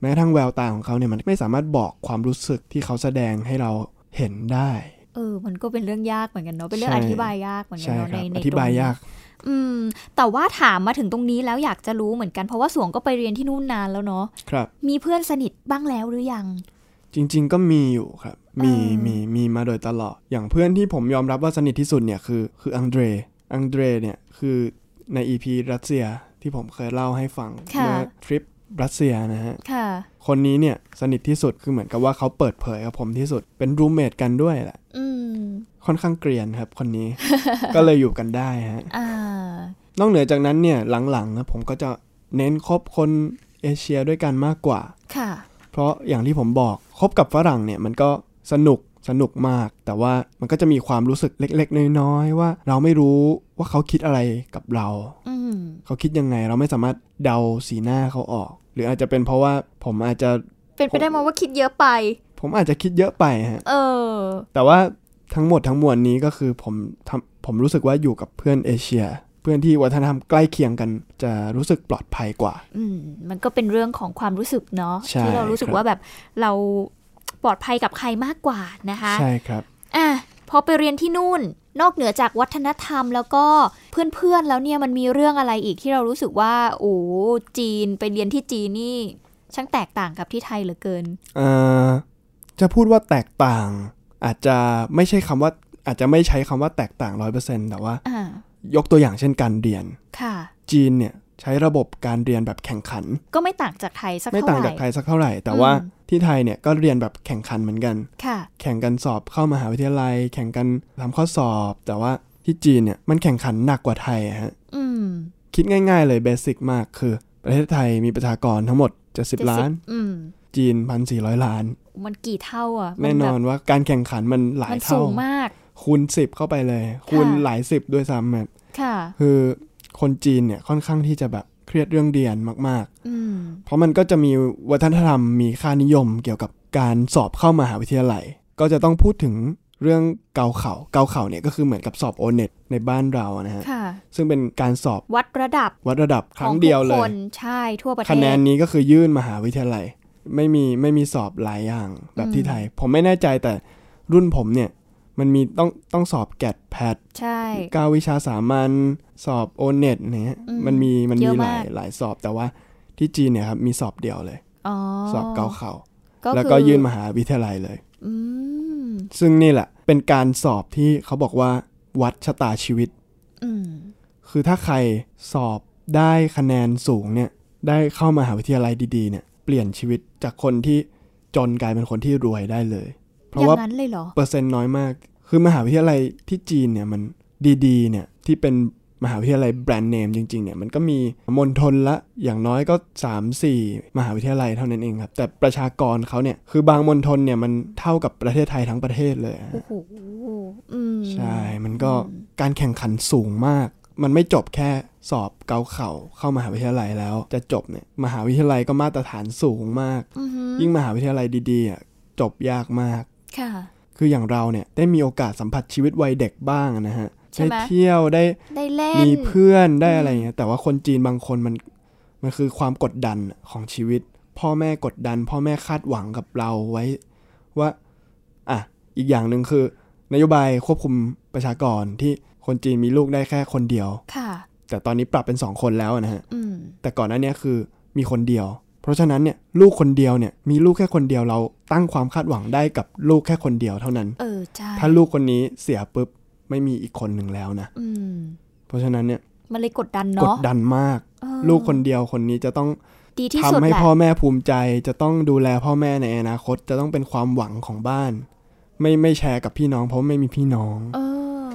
Speaker 3: แม้กระทั่งแววตาของเขาเนี่ยมันไม่สามารถบอกความรู้สึกที่เขาแสดงให้เราเห็นได้
Speaker 2: เออ มันก็เป็นเรื่องยากเหมือนกันเนาะ เป็นเรื่อง
Speaker 3: ใช่
Speaker 2: อธิบายยากเหมือนกัน
Speaker 3: ใช่
Speaker 2: เนาะ
Speaker 3: ค
Speaker 2: ใน
Speaker 3: รับ
Speaker 2: ใน
Speaker 3: อธิบาย
Speaker 2: ตรงนี้
Speaker 3: ยาก
Speaker 2: อืม แต่ว่าถามมาถึงตรงนี้แล้วอยากจะรู้เหมือนกัน เพราะว่าสวงก็ไปเรียนที่นู่นนานแล้วเนาะ
Speaker 3: ครับ
Speaker 2: มีเพื่อนสนิทบ้างแล้วหรือยัง
Speaker 3: จริง ๆ ก็มีอยู่ครับ มี
Speaker 2: เออ
Speaker 3: มีมีมาโดยตลอด อย่างเพื่อนที่ผมยอมรับว่าสนิทที่สุดเนี่ยคือคืออังเดรอังเดรเนี่ยคือใน EP รัสเซียที่ผมเคยเล่าให้ฟัง
Speaker 2: ค่ะ
Speaker 3: เมื่อทริปรัสเซียนะฮะ
Speaker 2: ค่ะ
Speaker 3: คนนี้เนี่ยสนิทที่สุดคือเหมือนกับว่าเขาเปิดเผยกับผมที่สุด เป็นรูมเมทกันด้วยแหละ
Speaker 2: อืม
Speaker 3: ค่อนข้างเกรียนครับคน นี้ ก็เลยอยู่กันได้ฮะ
Speaker 2: อ่า
Speaker 3: นอกเหนือจากนั้นเนี่ยหลังๆนะผมก็จะเน้นคบคนเอเชียด้วยกันมากกว่า
Speaker 2: ค่ะ
Speaker 3: เพราะอย่างที่ผมบอกคบกับฝรั่งเนี่ยมันก็สนุกสนุกมาก แต่ว่ามันก็จะมีความรู้สึกเล็ก ๆ น้อยๆว่าเราไม่รู้ว่าเขาคิดอะไรกับเรา
Speaker 2: อืม
Speaker 3: เขาคิดยังไงเราไม่สามารถเดาสีหน้าเขาออก หรืออาจจะเป็นเพราะว่าผมอาจจะ
Speaker 2: เป็นไปได้ไหมว่าคิดเยอะไป
Speaker 3: ผมอาจจะคิดเยอะไปฮะ
Speaker 2: เออ
Speaker 3: แต่ว่าทั้งหมดทั้งมวลนี้ก็คือผมทำผมรู้สึกว่าอยู่กับเพื่อนเอเชีย เพื่อนที่วัฒนธรรมใกล้เคียงกันจะรู้สึกปลอดภัยกว่า
Speaker 2: อืม มันก็เป็นเรื่องของความรู้สึกเนาะ
Speaker 3: ใช่
Speaker 2: ที่เรารู้สึก
Speaker 3: ครับ
Speaker 2: ว่าแบบเราปลอดภัยกับใครมากกว่านะคะ
Speaker 3: ใช่ครับ
Speaker 2: อ่ะพอไปเรียนที่นู่น นอกเหนือจากวัฒนธรรมแล้วก็เพื่อนๆแล้วเนี่ยมันมีเรื่องอะไรอีกที่เรารู้สึกว่า โอ้จีนไปเรียนที่จีนนี่ ช่างแตกต่างกับที่ไทยเหลือเกิน
Speaker 3: เอ่อจะพูดว่าแตกต่าง อาจจะไม่ใช่คำว่าอาจจะไม่ใช้คำว่าแตกต่างร้อยเปอร์เซ็นต์แต่ว่า
Speaker 2: อ่าย
Speaker 3: กตัวอย่างเช่นการเรียน
Speaker 2: ค่ะ
Speaker 3: จีนเนี่ยใช้ระบบการเรียนแบบแข่งขัน
Speaker 2: ก็ไม่ต่างจากไทยสัก
Speaker 3: ไม่
Speaker 2: เท่า
Speaker 3: ต่าง
Speaker 2: ไห
Speaker 3: จาก
Speaker 2: ร่
Speaker 3: ไทยสักเท่าไหร่ แต่ว่า
Speaker 2: อืม
Speaker 3: ที่ไทยเนี่ยก็เรียนแบบแข่งขันเหมือนกัน
Speaker 2: ค่ะ
Speaker 3: แข่งกันสอบเข้ามหาวิทยาลัย แข่งกันทำข้อสอบ แต่ว่าที่จีนเนี่ยมันแข่งขันหนักกว่าไทยอะฮะ
Speaker 2: อืม
Speaker 3: คิดง่าย ๆ เลยเบสิกมากคือ ประเทศไทยมีประชากรทั้งหมด
Speaker 2: เจ็ด
Speaker 3: 70ล้า
Speaker 2: สิบ
Speaker 3: น
Speaker 2: อืม
Speaker 3: จีน1,400ล้าน
Speaker 2: มันกี่เท่าอ่ะมั
Speaker 3: แน่น
Speaker 2: บบ
Speaker 3: อนว่าการแข่งขันมันหลาย
Speaker 2: มันสู
Speaker 3: เท่า
Speaker 2: งมาก
Speaker 3: คูณสิบเข้าไปเลย คูณหลายสิบด้วยซ้ำอะ
Speaker 2: ค่ะ
Speaker 3: คือคนจีนเนี่ยค่อนข้างที่จะแบบเครียดเรื่องเรียนมาก
Speaker 2: อืม
Speaker 3: ๆ เพราะมันก็จะมีวัฒนธรรมมีค่านิยมเกี่ยวกับการสอบเข้ามหาวิทยาลัย ก็จะต้องพูดถึงเรื่องเกาเข่าเกาเข่าเนี่ยก็คือเหมือนกับสอบโอเน็ตในบ้านเรานะฮะ
Speaker 2: ค่ะ
Speaker 3: ซึ่งเป็นการสอบ
Speaker 2: วัดระดับ
Speaker 3: วัดระดับค
Speaker 2: ขอ
Speaker 3: รั้ง
Speaker 2: ง
Speaker 3: เดียว
Speaker 2: ทุก
Speaker 3: เล
Speaker 2: ค
Speaker 3: ย
Speaker 2: นใช่ทั่วประเท
Speaker 3: คะแน
Speaker 2: ศ
Speaker 3: นนี้ก็คือยื่นมหาวิทยาลัย ไม่มีไม่มีสอบหลายอย่างแบบที่ไทย ผมไม่แน่ใจแต่รุ่นผมเนี่ยมันมีต้องต้องสอบแกดแพด
Speaker 2: ใช่
Speaker 3: เก้าวิชาสามัญสอบโอเน็ตเนี่ย
Speaker 2: อืม
Speaker 3: มันมีมัน
Speaker 2: เย
Speaker 3: มี
Speaker 2: อะ
Speaker 3: ห
Speaker 2: มาก
Speaker 3: ลายหลายสอบแต่ว่าที่จีนเนี่ยครับมีสอบเดียวเลย
Speaker 2: อ๋อ
Speaker 3: สอบเกาเข่า
Speaker 2: ก็
Speaker 3: แล้ว
Speaker 2: คือ
Speaker 3: ก็ยื่นมหาวิทยาลัยเลย
Speaker 2: อืม
Speaker 3: ซึ่งนี่แหละเป็นการสอบที่เขาบอกว่าวัดชะตาชีวิต
Speaker 2: อืม
Speaker 3: คือถ้าใครสอบได้คะแนนสูงเนี่ยได้เข้ามหาวิทยาลัยดีๆเนี่ยเปลี่ยนชีวิตจากคนที่จนกลายเป็นคนที่รวยได้เลย เพ
Speaker 2: อย่า
Speaker 3: ราะว่า
Speaker 2: งนั้นเลยเหรอ
Speaker 3: เปอร์เซ็นต์น้อยมาก คือมหาวิทยาลัยที่จีนเนี่ยมันดีๆเนี่ยที่เป็นมหาวิทยาลัยแบรนด์เนมจริงๆเนี่ยมันก็มีมณฑลละอย่างน้อยก็ 3-4 มหาวิทยาลัยเท่านั้นเองครับ แต่ประชากรเขาเนี่ยคือบางมณฑลเนี่ยมันเท่ากับประเทศไทยทั้งประเทศเลยอะ
Speaker 2: โอ้โห อืม
Speaker 3: ใช่ มันก็การแข่งขันสูงมาก มันไม่จบแค่สอบเกาเข่าเข้ามหาวิทยาลัยแล้ว จะจบเนี่ยมหาวิทยาลัยก็มาตรฐานสูงมาก
Speaker 2: อือฮึ
Speaker 3: ยิ่งมหาวิทยาลัยดีๆอ่ะจบยากมาก
Speaker 2: ค่ะ
Speaker 3: คืออย่างเราเนี่ยได้มีโอกาสสัมผัสชีวิตวัยเด็กบ้างนะฮะ
Speaker 2: ใช่
Speaker 3: ได้
Speaker 2: ไหม
Speaker 3: เที่ยวได้
Speaker 2: ได้เล่น
Speaker 3: มีเพื่อนได้อะไรอย่างเงี้ยแต่ว่าคนจีนบางคนมันมันคือความกดดันของชีวิต พ่อแม่กดดัน พ่อแม่คาดหวังกับเราไว้ ว่าอ่ะอีกอย่างหนึ่งคือ นโยบายควบคุมประชากรที่คนจีนมีลูกได้แค่คนเดียว
Speaker 2: ค่ะ
Speaker 3: แต่ตอนนี้ปรับเป็นสองคนแล้วนะฮะ
Speaker 2: อืม
Speaker 3: แต่ก่อนหน้าเนี้ยคือมีคนเดียว เพราะฉะนั้นเนี่ยลูกคนเดียวเนี่ยมีลูกแค่คนเดียวเราตั้งความคาดหวังได้กับลูกแค่คนเดียวเท่านั้น
Speaker 2: เออ ใช่
Speaker 3: ถ้าลูกคนนี้เสียปุ๊บไม่มีอีกคนหนึ่งแล้วนะ
Speaker 2: อืม
Speaker 3: เพราะฉะนั้นเนี่ย
Speaker 2: มันเลยกดดัน
Speaker 3: กด
Speaker 2: เนาะ
Speaker 3: ดันมาก
Speaker 2: เออ
Speaker 3: ลูกคนเดียวคนนี้จะต้อง
Speaker 2: ดีที่
Speaker 3: ทำ
Speaker 2: สุด
Speaker 3: ให้
Speaker 2: แหละ
Speaker 3: พ่อแม่ภูมิใจ จะต้องดูแลพ่อแม่ในอนาคตจะต้องเป็นความหวังของบ้าน ไม่ไม่แชร์กับพี่น้องเพราะไม่มีพี่น้อง
Speaker 2: เอ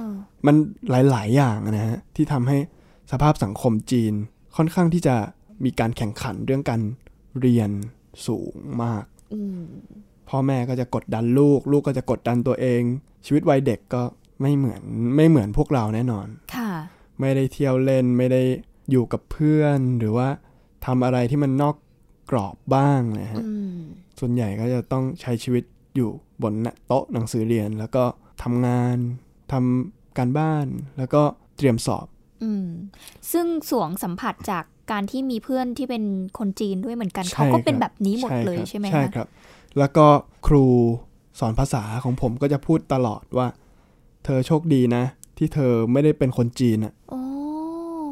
Speaker 2: อ
Speaker 3: มันหลาย ๆ อย่างนะฮะที่ทำให้สภาพสังคมจีน ค่อนข้างที่จะมีการแข่งขันเรื่องการเรียนสูงมาก
Speaker 2: อืม
Speaker 3: พ่อแม่ก็จะกดดันลูก ลูกก็จะกดดันตัวเอง ชีวิตวัยเด็กก็ไม่เหมือนไม่เหมือนพวกเราแน่นอน
Speaker 2: ค่ะ
Speaker 3: ไม่ได้เที่ยวเล่นไม่ได้อยู่กับเพื่อน หรือว่าทำอะไรที่มันนอกกรอบบ้างนะฮะ
Speaker 2: อืม
Speaker 3: ส่วนใหญ่ก็จะต้องใช้ชีวิต อยู่บนโต๊ะหนังสือเรียน แล้วก็ทำงานทำการบ้าน แล้วก็เตรียมสอบ
Speaker 2: อืมซึ่งสวงสัมผัสจากการที่มีเพื่อนที่เป็นคนจีนด้วยเหมือนกัน
Speaker 3: ใช่
Speaker 2: เขาก็เป็น
Speaker 3: ครับ
Speaker 2: แบบนี้หมดเลยใช่ไหม
Speaker 3: ใช่
Speaker 2: คะ
Speaker 3: ครับ แล้วก็ครูสอนภาษาของผมก็จะพูดตลอดว่า เธอโชคดีนะ ที่เธอไม่ได้เป็นคนจีนอ่ะ
Speaker 2: โอ้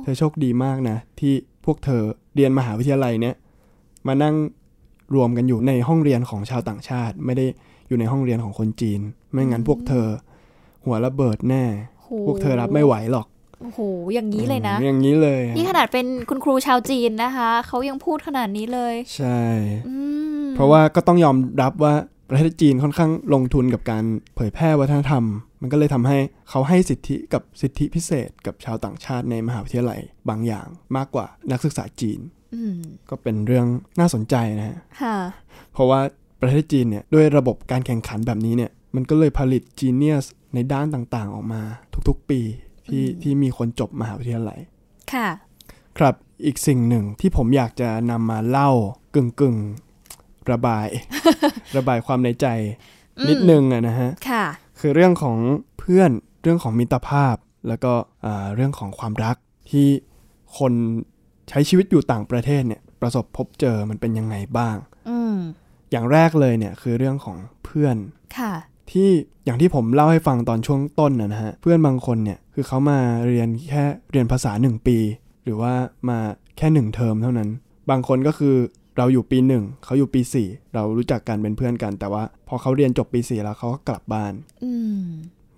Speaker 3: เธอโชคดีมากนะ ที่พวกเธอเรียนมหาวิทยาลัยเนี่ยมานั่งรวมกันอยู่ในห้องเรียนของชาวต่างชาติ ไม่ได้อยู่ในห้องเรียนของคนจีน ไม่งั้นพวกเธอ หัวระเบิดแน่
Speaker 2: โห
Speaker 3: พวกเธอรับไม่ไหวหรอก
Speaker 2: โอ้โหอย่างนี้เลยนะ
Speaker 3: อืมอย่างนี้เลย
Speaker 2: นี่ขนาดเป็นคุณครูชาวจีนนะคะเขายังพูดขนาดนี้เลย
Speaker 3: ใช่
Speaker 2: อืม
Speaker 3: เพราะว่าก็ต้องยอมรับว่าประเทศจีนค่อนข้างลงทุนกับการเผยแพร่วัฒนธรรม มันก็เลยทำให้เขาให้สิทธิกับสิทธิพิเศษ กับชาวต่างชาติในมหาวิทยาลัยบางอย่างมากกว่านักศึกษาจีน
Speaker 2: อืม
Speaker 3: ก็เป็นเรื่องน่าสนใจนะฮะ
Speaker 2: ค่ะ
Speaker 3: เพราะว่าประเทศจีนเนี่ยด้วยระบบการแข่งขันแบบนี้เนี่ยมันก็เลยผลิตจีเนียสในด้านต่างๆออกมา ทุกๆปีที่ที่มีคนจบมหาวิทยาลัย
Speaker 2: ค่ะ
Speaker 3: ครับอีกสิ่งหนึ่งที่ผมอยากจะนำมาเล่ากึ่งกึ่งๆระบ าย ระบายความในใจ นิดนึงอะนะฮะ
Speaker 2: ค่ะ
Speaker 3: คือเรื่องของเพื่อนเรื่องของมิตรภาพ แล้วก็อ่าเรื่องของความรักที่คนใช้ชีวิตอยู่ต่างประเทศเนี่ยประสบพบเจอมันเป็นยังไงบ้าง
Speaker 2: อืม
Speaker 3: อย่างแรกเลยเนี่ยคือเรื่องของเพื่อน
Speaker 2: ค่ะ
Speaker 3: ที่อย่างที่ผมเล่าให้ฟังตอนช่วงต้นนะนะฮะเพื่อนบางคนเนี่ยคือเขามาเรียนแค่เรียนภาษา 1 ปี หรือว่ามาแค่หนึ่งเทอมเท่านั้น บางคนก็คือเราอยู่ปีหนึ่งเขาอยู่ปีสี่เรารู้จักกันเป็นเพื่อนกัน แต่ว่าพอเขาเรียนจบปีสี่แล้วเขาก็กลับบ้าน
Speaker 2: อืม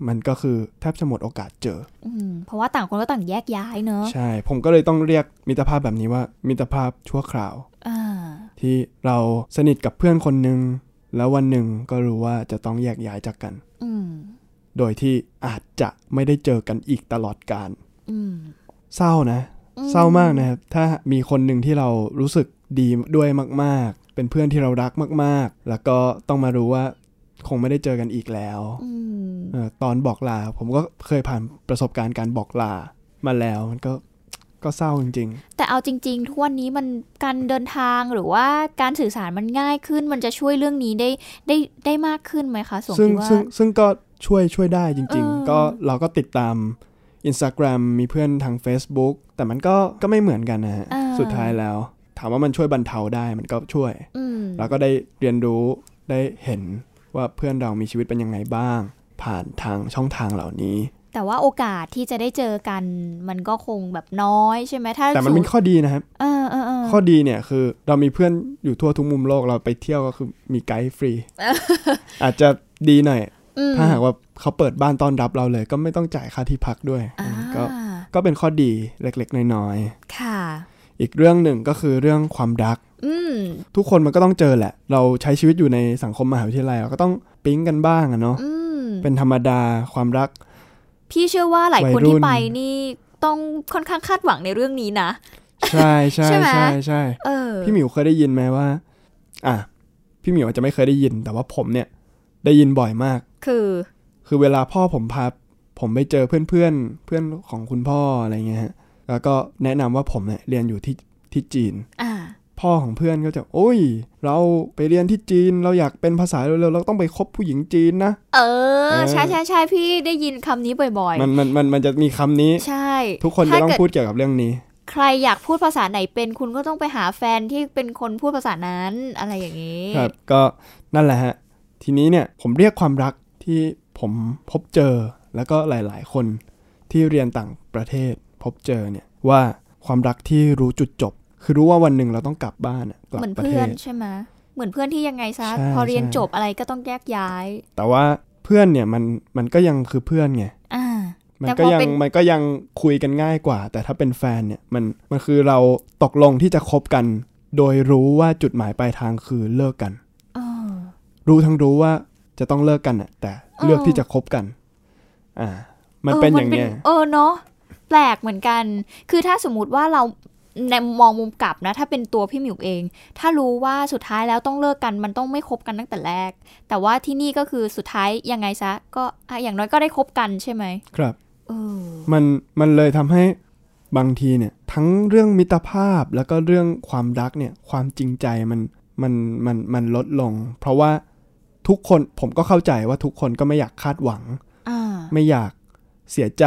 Speaker 3: มันก็คือแทบจะหมดโอกาสเจอ
Speaker 2: อืมเพราะว่าต่างคนก็ต่างแยกย้ายเนอะ
Speaker 3: ใช่ ผมก็เลยต้องเรียกมิตรภาพแบบนี้ว่ามิตรภาพชั่วคราว
Speaker 2: อ่า
Speaker 3: ที่เราสนิทกับเพื่อนคนหนึ่งแล้ววันหนึ่งก็รู้ว่าจะต้องแยกย้ายจากกัน
Speaker 2: อืม
Speaker 3: โดยที่อาจจะไม่ได้เจอกันอีกตลอดการ
Speaker 2: อืม
Speaker 3: เศร้านะ
Speaker 2: อืม
Speaker 3: เศร้ามากนะครับ ถ้ามีคนหนึ่งที่เรารู้สึกดีด้วยมาก ๆ เป็นเพื่อนที่เรารักมาก ๆ แล้วก็ต้องมารู้ว่าคงไม่ได้เจอกันอีกแล้ว
Speaker 2: อืม
Speaker 3: เออตอนบอกลา ผมก็เคยผ่านประสบการณ์การบอกลามาแล้วมันก็ก็เศร้าจริง
Speaker 2: แต่เอาจริง ๆ ทุกวันนี้มันการเดินทางหรือว่าการสื่อสารมันง่ายขึ้น มันจะช่วยเรื่องนี้ได้ได้ได้มากขึ้นไหมคะสวง
Speaker 3: ๆ ซึ่ง
Speaker 2: คิดว่า
Speaker 3: ซึ่งซึ่งก็ช่วยช่วยได้จริง
Speaker 2: เออ
Speaker 3: ๆ ก็เราก็ติดตาม Instagram มีเพื่อนทาง Facebook แต่มันก็ก็ไม่เหมือนกันนะฮะสุดท้ายแล้ว ถามว่ามันช่วยบรรเทาได้มันก็ช่วย
Speaker 2: อืม
Speaker 3: เราก็ได้เรียนรู้ได้เห็นว่าเพื่อนเรามีชีวิตเป็นยังไงบ้าง ผ่านทางช่องทางเหล่านี้
Speaker 2: แต่ว่าโอกาสที่จะได้เจอกัน มันก็คงแบบน้อยใช่ไหมถ้า
Speaker 3: แต่มันเป็น
Speaker 2: สูง
Speaker 3: ข้อดีนะครับ
Speaker 2: เออเออเออ
Speaker 3: ข้อดีเนี่ยคือเรามีเพื่อนอยู่ทั่วทุกมุมโลกเราไปเที่ยวก็คือมีไกด์ฟ รี อาจจะดีหน่อย
Speaker 2: อืม
Speaker 3: ถ้าหากว่าเขาเปิดบ้านต้อนรับเราเลย ก็ไม่ต้องจ่ายค่าที่พักด้วย
Speaker 2: อ่า
Speaker 3: ก็ก็เป็นข้อดีเล็กๆ น้อย
Speaker 2: ค่ะ
Speaker 3: ๆ อีกเรื่องหนึ่งก็คือเรื่องความรัก
Speaker 2: อืม
Speaker 3: ทุกคนมันก็ต้องเจอแหละ เราใช้ชีวิตอยู่ในสังคมมหาวิทยาลัยเราก็ต้องปิ๊งกันบ้างอะเนาะ
Speaker 2: อืม
Speaker 3: เป็นธรรมดาความรัก
Speaker 2: พี่เชื่อว่าหลายคน
Speaker 3: วัยรุ่น
Speaker 2: ที่ไปนี่ต้องค่อนข้างคาดหวังในเรื่องนี้นะ
Speaker 3: ใช่ใช่
Speaker 2: ใช่ไหม
Speaker 3: ใช่ใช่
Speaker 2: เออ
Speaker 3: พี่หมิวเคยได้ยินไหมว่า อ่ะพี่หมิวอาจจะไม่เคยได้ยิน แต่ว่าผมเนี่ย ได้ยินบ่อยมาก
Speaker 2: คือ
Speaker 3: คือเวลาพ่อผมพาผมไปเจอเพื่อนเพื่อนๆเพื่อนของคุณพ่ออะไรเงี้ยฮะแล้วก็แนะนำว่าผมเนี่ยเรียนอยู่ที่ที่จีน
Speaker 2: อ่า
Speaker 3: พ่อของเพื่อนก็จะโอ้ย เราไปเรียนที่จีน เราอยากเป็นภาษาเร็วๆเราต้องไปคบผู้หญิงจีนนะ
Speaker 2: เออ
Speaker 3: เออ
Speaker 2: ใช่ใช่ใช่พี่ได้ยินคำนี้บ่อย
Speaker 3: มันมันมันมันจะมีคำนี้
Speaker 2: ๆ ใช่
Speaker 3: ทุกคนจะ
Speaker 2: ถ้า
Speaker 3: ต้อง
Speaker 2: เกิด
Speaker 3: พูดเกี่ยวกับเรื่องนี้
Speaker 2: ใครอยากพูดภาษาไหนเป็นคุณก็ต้องไปหาแฟนที่เป็นคนพูดภาษานั้นอะไรอย่างนี้
Speaker 3: ครับก็นั่นแหละฮะ ทีนี้เนี่ยผมเรียกความรักที่ผมพบเจอแล้วก็หลาย ๆ คนที่เรียนต่างประเทศพบเจอเนี่ยว่าความรักที่รู้จุดจบ คือรู้ว่าวันหนึ่งเราต้องกลับบ้านอะกลับ
Speaker 2: เหมือน
Speaker 3: ประเท
Speaker 2: เพื่อน
Speaker 3: ศ
Speaker 2: ใช่ไหมเหมือนเพื่อนที่ยังไงซะ
Speaker 3: ใช่
Speaker 2: พอเรียน
Speaker 3: ใช่
Speaker 2: จบอะไรก็ต้องแยกย้าย
Speaker 3: แต่ว่าเพื่อนเนี่ยมันมันก็ยังคือเพื่อนไง
Speaker 2: อ่า
Speaker 3: มัน
Speaker 2: แต่
Speaker 3: ก็
Speaker 2: พอ
Speaker 3: ยัง
Speaker 2: เป็น
Speaker 3: มันก็ยังคุยกันง่ายกว่า แต่ถ้าเป็นแฟนเนี่ยมันมันคือเราตกลงที่จะคบกัน โดยรู้ว่าจุดหมายปลายทางคือเลิกกัน
Speaker 2: เออ
Speaker 3: รู้ทั้งรู้ว่าจะต้องเลิกกันน่ะ แต่เลือก
Speaker 2: เออ
Speaker 3: ที่จะคบกัน อ่า มันเป็นอย่างเนี้ย
Speaker 2: เออเนาะแปลกเหมือนกัน คือถ้าสมมติว่าเราในมองมุมกลับนะ ถ้าเป็นตัวพี่หมิวเอง ถ้ารู้ว่าสุดท้ายแล้วต้องเลิกกันมันต้องไม่คบกันตั้งแต่แรก แต่ว่าที่นี่ก็คือสุดท้ายยังไงซะ ก็อ่ะอย่างน้อยก็ได้คบกันใช่ไหม
Speaker 3: ครับ
Speaker 2: เออ
Speaker 3: มันมันเลยทำให้บางทีเนี่ย ทั้งเรื่องมิตรภาพแล้วก็เรื่องความรักเนี่ย ความจริงใจมันมันมันมันลดลง เพราะว่า ทุกคนผมก็เข้าใจว่าทุกคนก็ไม่อยากคาดหวัง
Speaker 2: อ่า
Speaker 3: ไม่อยากเสียใจ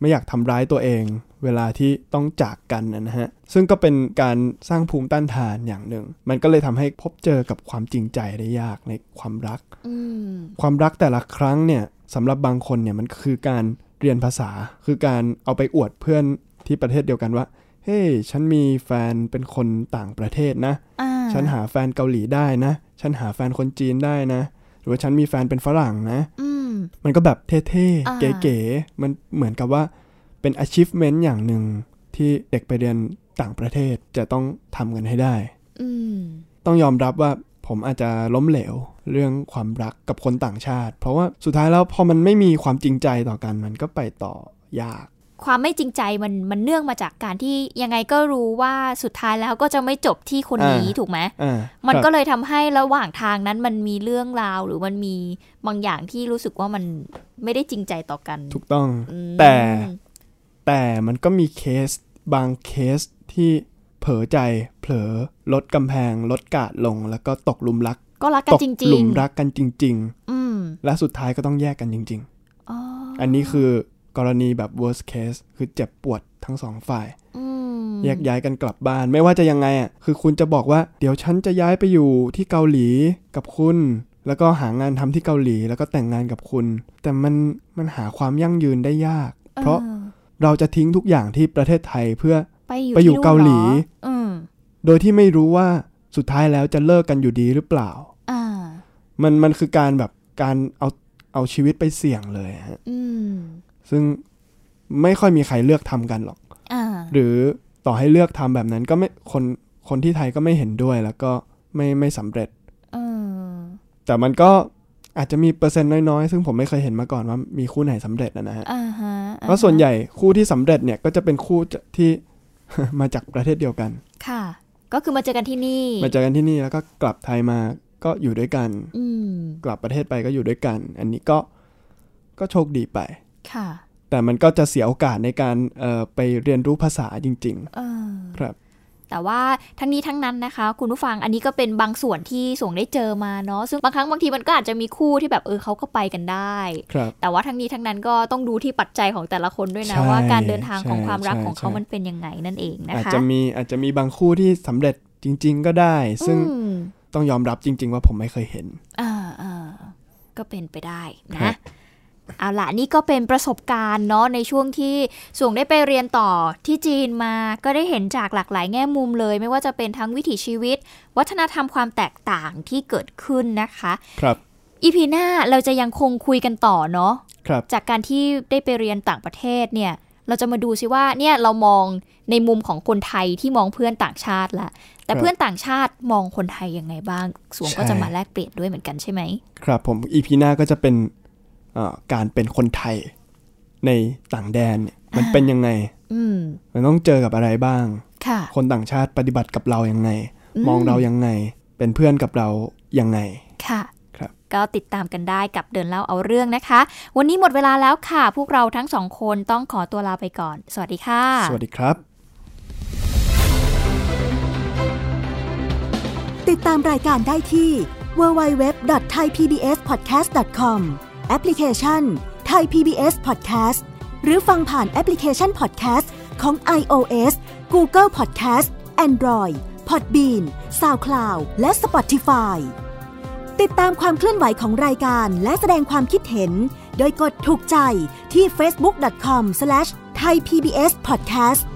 Speaker 3: ไม่อยากทำร้ายตัวเอง เวลาที่ต้องจากกันนะฮะ ซึ่งก็เป็นการสร้างภูมิต้านทานอย่างหนึ่ง มันก็เลยทำให้พบเจอกับความจริงใจได้ยากในความรัก
Speaker 2: อืม
Speaker 3: ความรักแต่ละครั้งเนี่ยสำหรับบางคนเนี่ยมันคือการเรียนภาษา คือการเอาไปอวดเพื่อนที่ประเทศเดียวกันว่า เฮ้ยฉันมีแฟนเป็นคนต่างประเทศนะ
Speaker 2: อ่า
Speaker 3: ฉันหาแฟนเกาหลีได้นะ ฉันหาแฟนคนจีนได้นะ หรือว่าฉันมีแฟนเป็นฝรั่งนะ
Speaker 2: อืม
Speaker 3: มันก็แบบเท่
Speaker 2: อ่า
Speaker 3: ๆ เก๋ๆ มันเหมือนกับว่าเป็น achievement อย่างหนึ่งที่เด็กไปเรียนต่างประเทศจะต้องทำกันให้ได้
Speaker 2: อืม
Speaker 3: ต้องยอมรับว่าผมอาจจะล้มเหลวเรื่องความรักกับคนต่างชาติ เพราะว่าสุดท้ายแล้วพอมันไม่มีความจริงใจต่อกันมันก็ไปต่อยาก
Speaker 2: ความไม่จริงใจมันมันเนื่องมาจากการที่ยังไงก็รู้ว่าสุดท้ายแล้วก็จะไม่จบที่คนนี้
Speaker 3: อ่า
Speaker 2: ถูกไหม
Speaker 3: อ่า
Speaker 2: มัน
Speaker 3: ครับ
Speaker 2: ก็เลยทำให้ระหว่างทางนั้นมันมีเรื่องราวหรือมันมีบางอย่างที่รู้สึกว่ามันไม่ได้จริงใจต่อกัน
Speaker 3: ถูกต้อง
Speaker 2: อืม
Speaker 3: แต่ แต่มันก็มีเคสบางเคสที่เผลอใจเผลอลดกำแพง ลดกาดลง แล้วก็ตกหลุมรัก
Speaker 2: ก็รักกั
Speaker 3: ต
Speaker 2: น
Speaker 3: ก
Speaker 2: จริ
Speaker 3: หลุ
Speaker 2: ง
Speaker 3: มรักกันจริง
Speaker 2: ๆ อืม
Speaker 3: ๆ และสุดท้ายก็ต้องแยกกันจริง
Speaker 2: อ๋อ
Speaker 3: ๆ อันนี้คือกรณีแบบ worst case คือเจ็บปวดทั้งสองฝ่าย
Speaker 2: อืม
Speaker 3: แยกย้ายกันกลับบ้านไม่ว่าจะยังไงอ่ะคือคุณจะบอกว่าเดี๋ยวฉันจะย้ายไปอยู่ที่เกาหลีกับคุณ แล้วก็หางานทำที่เกาหลีแล้วก็แต่งงานกับคุณ แต่มันมันหาความยั่งยืนได้ยาก เพราะ
Speaker 2: ออ
Speaker 3: เราจะทิ้งทุกอย่างที่ประเทศไทยเพื่อ
Speaker 2: ไปอยู่
Speaker 3: ไปอยู่
Speaker 2: ที่นู่น
Speaker 3: เกาหลี
Speaker 2: รออืม
Speaker 3: โดยที่ไม่รู้ว่าสุดท้ายแล้วจะเลิกกันอยู่ดีหรือเปล่า
Speaker 2: อ่า
Speaker 3: มันมันคือการแบบการเอาเอาชีวิตไปเสี่ยงเลยฮะ
Speaker 2: อืม
Speaker 3: ซึ่งไม่ค่อยมีใครเลือกทำกันหรอก
Speaker 2: อ่า
Speaker 3: หรือต่อให้เลือกทำแบบนั้นก็ไม่คนคนที่ไทยก็ไม่เห็นด้วยแล้วก็ไม่ไม่สำเร็จ
Speaker 2: เออ
Speaker 3: แต่มันก็อาจจะมีเปอร์เซ็นต์น้อยๆ ซึ่งผมไม่เคยเห็นมาก่อนว่ามีคู่ไหนสำเร็จอะนะฮะ
Speaker 2: อ่าฮะอ่าฮะ
Speaker 3: เพราะส่วนใหญ่คู่ที่สำเร็จเนี่ยก็จะเป็นคู่จะที่ มาจากประเทศเดียวกัน
Speaker 2: ค่ะ ก็คือมาเจอกันที่นี่
Speaker 3: มาเจอกันที่นี่แล้วก็กลับไทยมาก็อยู่ด้วยกัน
Speaker 2: อืม
Speaker 3: กลับประเทศไปก็อยู่ด้วยกัน อันนี้ก็ก็โชคดีไป
Speaker 2: ค่ะ
Speaker 3: แต่มันก็จะเสียโอกาสในการเอ่อไปเรียนรู้ภาษาจริง
Speaker 2: เออ
Speaker 3: ครับ
Speaker 2: แต่ว่าทั้งนี้ทั้งนั้นนะคะ คุณผู้ฟังอันนี้ก็เป็นบางส่วนที่ส่งได้เจอมาเนาะซึ่งบางครั้งบางทีมันก็อาจจะมีคู่ที่แบบเออเขาก็ไปกันได้
Speaker 3: ๆ ครับ
Speaker 2: แต่ว่าทั้งนี้ทั้งนั้นก็ต้องดูที่ปัจจัยของแต่ละคนด้วยนะ
Speaker 3: ใช่
Speaker 2: ว่าการเดินทางของ
Speaker 3: ใช่
Speaker 2: ความรัก
Speaker 3: ใช่
Speaker 2: ของเขา
Speaker 3: ใช่
Speaker 2: มันเป็นยังไงนั่นเองนะ
Speaker 3: อาจ
Speaker 2: คะ
Speaker 3: จะมีอาจจะมีบางคู่ที่สำเร็จจริง ๆ ก็ได้ ซึ่ง
Speaker 2: อืม
Speaker 3: ต้องยอมรับจริง ๆ ว่าผมไม่เคยเห็น
Speaker 2: อ่าอ่าก็เป็นไปได้
Speaker 3: ครั
Speaker 2: นะ
Speaker 3: บ
Speaker 2: เอาละนี่ก็เป็นประสบการณ์เนาะในช่วงที่ส่งได้ไปเรียนต่อที่จีนมาก็ได้เห็นจากหลากหลายแง่มุมเลย ไม่ว่าจะเป็นทั้งวิถีชีวิต วัฒนธรรมความแตกต่างที่เกิดขึ้นนะคะ
Speaker 3: ครับ
Speaker 2: อีพีหน้าเราจะยังคงคุยกันต่อเนาะ
Speaker 3: ครับ
Speaker 2: จากการที่ได้ไปเรียนต่างประเทศเนี่ย เราจะมาดูซิว่าเนี่ยเรามองในมุมของคนไทยที่มองเพื่อนต่างชาติละแต่
Speaker 3: ครับ
Speaker 2: เพื่อนต่างชาติมองคนไทยยังไงบ้าง สวงก็
Speaker 3: ใช่
Speaker 2: จะมาแลกเปลี่ยนด้วยเหมือนกันใช่ไหม
Speaker 3: ครับผมอีพีหน้าก็จะเป็นเอ่อการเป็นคนไทยในต่างแดนเนี่ยมันเป็นยังไง
Speaker 2: อืม
Speaker 3: มันต้องเจอกับอะไรบ้าง
Speaker 2: ค่ะ
Speaker 3: คนต่างชาติปฏิบัติกับเรายังไง
Speaker 2: อืม
Speaker 3: มองเรายังไง เป็นเพื่อนกับเรายังไง
Speaker 2: ค่ะ
Speaker 3: ครับ
Speaker 2: ก็ติดตามกันได้กับเดินเล่าเอาเรื่องนะคะ วันนี้หมดเวลาแล้วค่ะ พวกเราทั้งสองคนต้องขอตัวลาไปก่อน สวัสดีค่ะ
Speaker 3: สวัสดีครับ
Speaker 4: ติดตามรายการได้ที่ www.thaipbspodcast.com แอปพลิเคชัน Thai PBS Podcast หรือฟังผ่านแอปพลิเคชัน Podcast ของ iOS Google Podcast Android Podbean SoundCloud และ Spotify ติดตามความเคลื่อนไหวของรายการและแสดงความคิดเห็น โดยกดถูกใจที่ facebook.com/thaipbspodcast